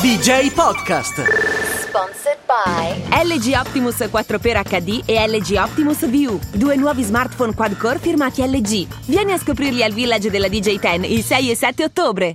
DJ Podcast. Sponsored by LG Optimus 4x HD e LG Optimus View, due nuovi smartphone quad-core firmati LG. Vieni a scoprirli al Village della DJ10 il 6 e 7 ottobre.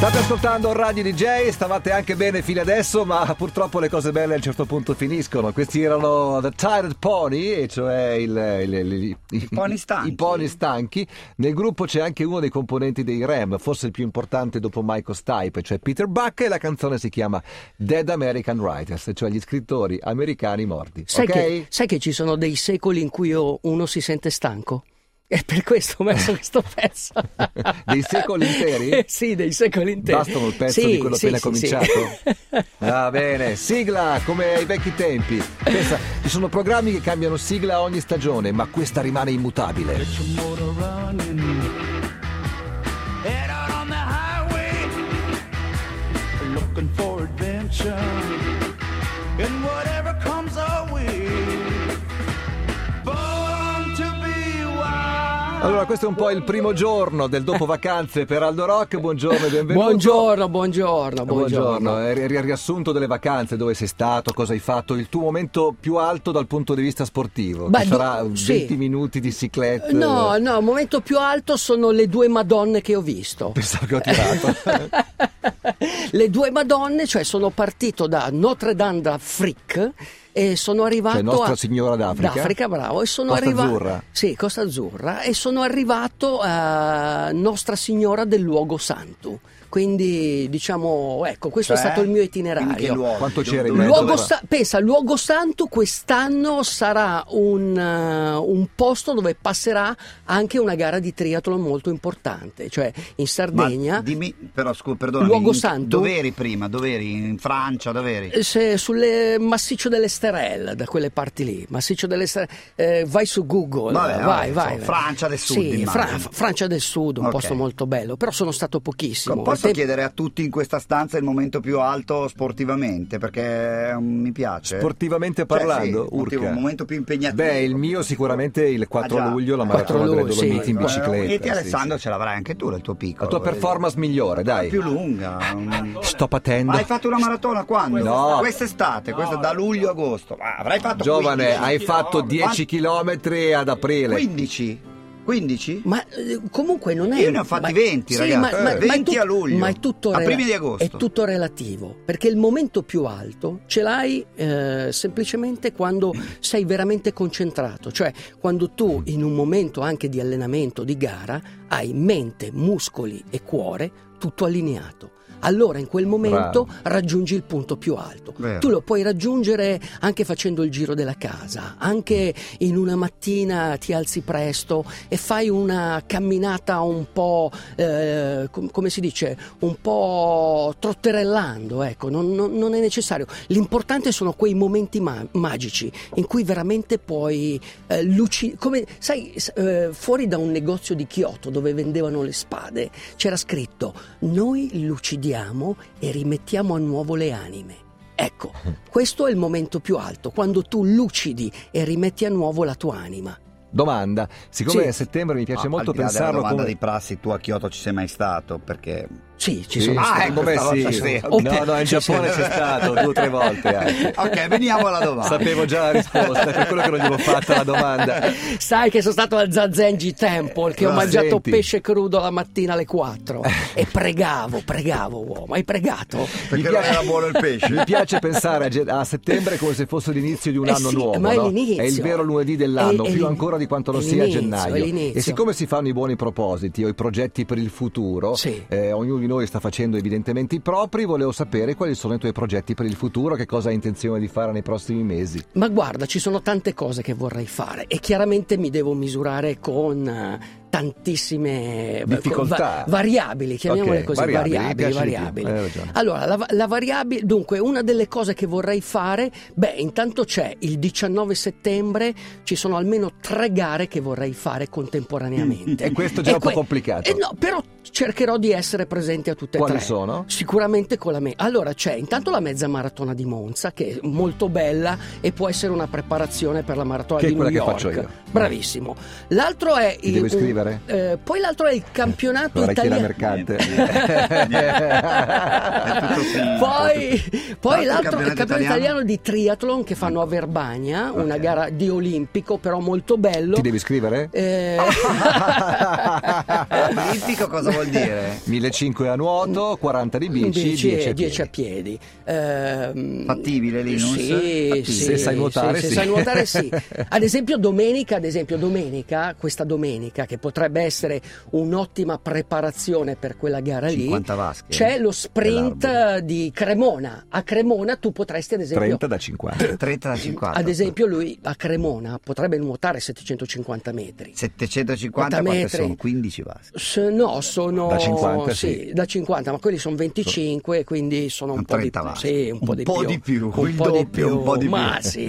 State ascoltando Radio DJ, stavate anche bene fino adesso, ma purtroppo le cose belle a un certo punto finiscono. Questi erano The Tired Pony, e cioè il, il- il- il- pony stanchi. i pony stanchi. Nel gruppo c'è anche uno dei componenti dei Ram, forse il più importante dopo Michael Stipe, cioè Peter Buck, e la canzone si chiama Dead American Writers, cioè gli scrittori americani morti. Sai, ok? che, sai che ci sono dei secoli in cui io- uno si sente stanco? E per questo ho messo questo pezzo. Dei secoli interi? Eh sì, dei secoli interi. Bastano il pezzo Sì, di quello sì, appena sì, cominciato? sì. Va bene, sigla come ai vecchi tempi. Pensa, ci sono programmi che cambiano sigla ogni stagione, ma questa rimane immutabile. Get your motor running. Head out on the highway. Looking for adventure. And whatever comes our way. Born to be wild. Allora, questo è un po' il primo giorno del dopo vacanze per Aldo Rock. Buongiorno e benvenuto. Buongiorno, buongiorno, buongiorno. Buongiorno, eh, ri- riassunto delle vacanze, dove sei stato, cosa hai fatto, il tuo momento più alto dal punto di vista sportivo. Beh, Ci sarà do- 20 sì. minuti di eh, ciclette. No, no, il momento più alto sono le due Madonne che ho visto. Pensavo che ho tirato. le due Madonne, cioè sono partito da Notre Dame da Frick e sono arrivato Cioè, Nostra a Signora d'Africa? d'Africa, bravo, e sono Costa arrivato Azzurra? Sì, Costa Azzurra e sono arrivato a Nostra Signora del Luogo Santo. Quindi, diciamo, ecco, questo è Cioè? stato il mio Quindi che itinerario. luoghi? Quanto Dove- c'era in dove- mezzo? Luogo dov'era? sa- pensa, Luogo Santo quest'anno sarà un, eh, un posto dove passerà anche una gara di triathlon molto importante, cioè in Ma Sardegna. dimmi, però scu- perdonami, Luogo in- santo? Dove eri prima? Dove eri? In Francia? Dove eri? Eh, Se sul massiccio dell'Esterel, da quelle parti lì, massiccio dell'Esterel, eh, vai su Google, Vabbè, vabbè, vai, insomma, vai, vai. Francia del Sud, Sì, immagino. Fra- Francia del Sud, un Ok. posto molto bello, però sono stato pochissimo. Co- Il Posso tempo- chiedere a tutti in questa stanza il momento più alto sportivamente? Perché mm, mi piace. Sportivamente Cioè, parlando, sì, motivo- urca. un momento più impegnativo. Beh, il mio sicuramente il 4 Ah, già. luglio la 4 maratona delle luglio, sì. Dolomiti in Guarda, bicicletta. Eh, e te, sì, Alessandro sì. ce l'avrai anche tu, il tuo La piccolo. tua performance migliore, è dai. più lunga. mm. Sto patendo. Ma hai fatto una maratona quando? No. Quest'estate, questa- da luglio a agosto. Ma avrai fatto Giovane, 15 hai fatto chilometri. 10 km ad aprile. 15? 15? Ma eh, comunque non è. Io ne ho fatti ma- 20, sì, ragazzi. ma- ma- ma è 20 a tut- luglio. Ma è tutto, A rela- primi di agosto. è tutto relativo. Perché il momento più alto ce l'hai eh, semplicemente quando sei veramente concentrato. Cioè, quando tu, in un momento anche di allenamento, di gara, hai mente, muscoli e cuore tutto allineato. Allora in quel momento raggiungi il punto più alto. Vero. Tu lo puoi raggiungere anche facendo il giro della casa, anche in una mattina ti alzi presto e fai una camminata un po', eh, com- come si dice, un po' trotterellando, ecco, non, non- non è necessario. L'importante sono quei momenti ma- magici in cui veramente puoi eh, luci- come sai, s- eh, fuori da un negozio di Kyoto dove vendevano le spade c'era scritto noi lucidiamo e rimettiamo a nuovo le anime. Ecco, questo è il momento più alto, quando tu lucidi e rimetti a nuovo la tua anima. Domanda, siccome Sì. è settembre mi piace Ah, molto al di là della pensarlo domanda come di prassi, tu a Kyoto ci sei mai stato? Perché Sì, ci Sì, sono Ah, stato. ecco, beh, stavolta sì. sì. No, no, in Sì, Giappone sì. c'è stato due o tre volte eh. anche. Ok, veniamo alla domanda. Sapevo già la risposta, è per quello che non gli avevo fatto la domanda. Sai che sono stato al Zazenji Temple, che ho Ah, mangiato senti. pesce crudo la mattina alle 4 e pregavo, pregavo uomo, hai pregato? Perché Mi non piace- era buono il pesce. Mi piace pensare a, ge- a settembre come se fosse l'inizio di un Eh anno sì, nuovo. ma è no? l'inizio. È il vero lunedì dell'anno, È- è più l'in- ancora di quanto lo è sia a l'inizio, è gennaio. l'inizio. E siccome si fanno i buoni propositi o i progetti per il futuro, Sì. eh, ognuno di noi sta facendo evidentemente i propri, volevo sapere quali sono i tuoi progetti per il futuro, che cosa hai intenzione di fare nei prossimi mesi. Ma guarda, ci sono tante cose che vorrei fare e chiaramente mi devo misurare con eh, tantissime eh, Difficoltà. va- variabili, chiamiamole Ok, così, variabili, mi variabili, piace di più, eh. variabili. hai ragione. Allora, la, la variabile, dunque, una delle cose che vorrei fare, beh, intanto c'è il 19 settembre, ci sono almeno tre gare che vorrei fare contemporaneamente. E questo è già un po' complicato. eh no, però cercherò di essere presente a tutte e Quali tre. sono? Sicuramente con la me. Allora c'è intanto la mezza maratona di Monza che è molto bella e può essere una preparazione per la maratona Che è di New quella che York. faccio io. Bravissimo. L'altro è Ti devi un- scrivere? Eh, poi l'altro è il campionato Allora chi è la italiano. mercante? Niente, È tutto finto. poi, poi l'altro è il campionato italiano. italiano di triathlon che fanno a Verbania, una Ok. gara di olimpico, però molto bello. Ti devi scrivere? Eh, Eh, Olimpico cosa vuol dire? 1500 a nuoto, 40 di bici, 10 a 10 a piedi. piedi. Ehm, Fattibile, Linus? Sì, Fattibile. sì, Se sai nuotare, se sì. sai nuotare, sì. Ad esempio domenica, ad esempio domenica, questa domenica che potrebbe essere un'ottima preparazione per quella gara lì. 50 vasche. C'è lo sprint Dell'arbitro. di Cremona. A Cremona tu potresti ad esempio 30 da 50. 30 da 50. Ad esempio, lui a Cremona potrebbe nuotare 750 metri. 750 40 quante metri. sono? 15 vasche. S- no, sono Da 50, sì. da 50, ma quelli sono 25, quindi sono un po' di, 30 vasche. sì, un po' Un di po' più. di più, un il po' di doppio, più, un po' di più. ma sì.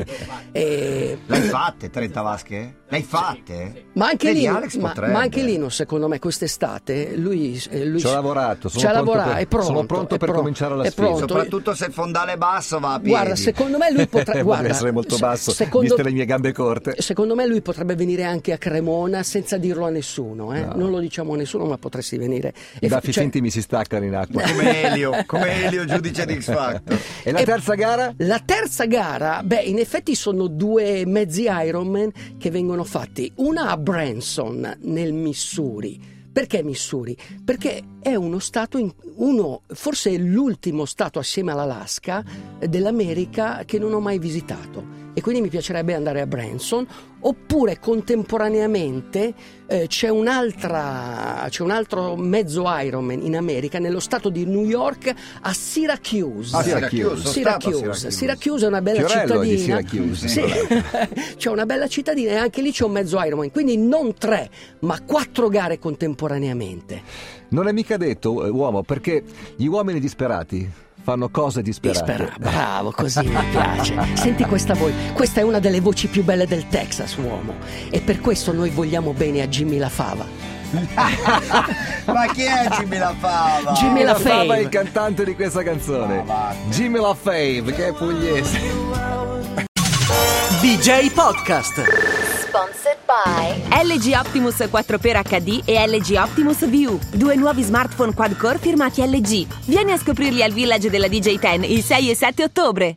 E- L'hai fatte 30 vasche? L'hai fatte? ma anche, Vedi, lì, Alex ma, potrebbe. ma anche lì, no, secondo me, quest'estate lui, eh, lui Ci ho lavorato, sono ci ha pronto lavorato, per- è pronto. sono pronto è per cominciare la è sfida. pronto. Soprattutto se il fondale è basso va a piedi. Guarda, secondo me lui potrebbe Potrebbe essere molto basso, viste le mie gambe corte. Secondo me lui potrebbe venire anche a Cremona senza dirlo a nessuno, eh? No. non lo diciamo a nessuno, ma potresti venire. I fa- baffi cioè- finti mi si staccano in acqua. Come Elio, come Elio, giudice di X Factor. E la E- terza gara? La terza gara, beh, in effetti sono due mezzi Ironman che vengono fatti. Una a Branson, nel Missouri. Perché Missouri? Perché è uno stato, in- uno, forse è l'ultimo stato assieme all'Alaska eh, dell'America che non ho mai visitato. E quindi mi piacerebbe andare a Branson. Oppure contemporaneamente eh, c'è, un'altra, c'è un altro mezzo Ironman in America, nello stato di New York, a Syracuse. Ah, Syracuse. Sono stato a Syracuse. Syracuse è una bella Fiorello è di cittadina. Syracuse, Sì. c'è una bella cittadina e anche lì c'è un mezzo Ironman, quindi non tre, ma quattro gare contemporaneamente. Non è mica detto, eh, uomo, perché gli uomini disperati fanno cose disperate. Dispera- bravo, così mi piace. Senti questa voce, questa è una delle voci più belle del Texas, uomo, e per questo noi vogliamo bene a Jimmy La Fava. Ma chi è Jimmy La Fava? Jimmy Jimmy La La Fava è Fave. il cantante di questa canzone. Jimmy La Fave, che è pugliese. DJ Podcast. Sponsored by LG Optimus 4x HD e LG Optimus View, due nuovi smartphone quad-core firmati LG. Vieni a scoprirli al Village della DJ Ten il 6 e 7 ottobre.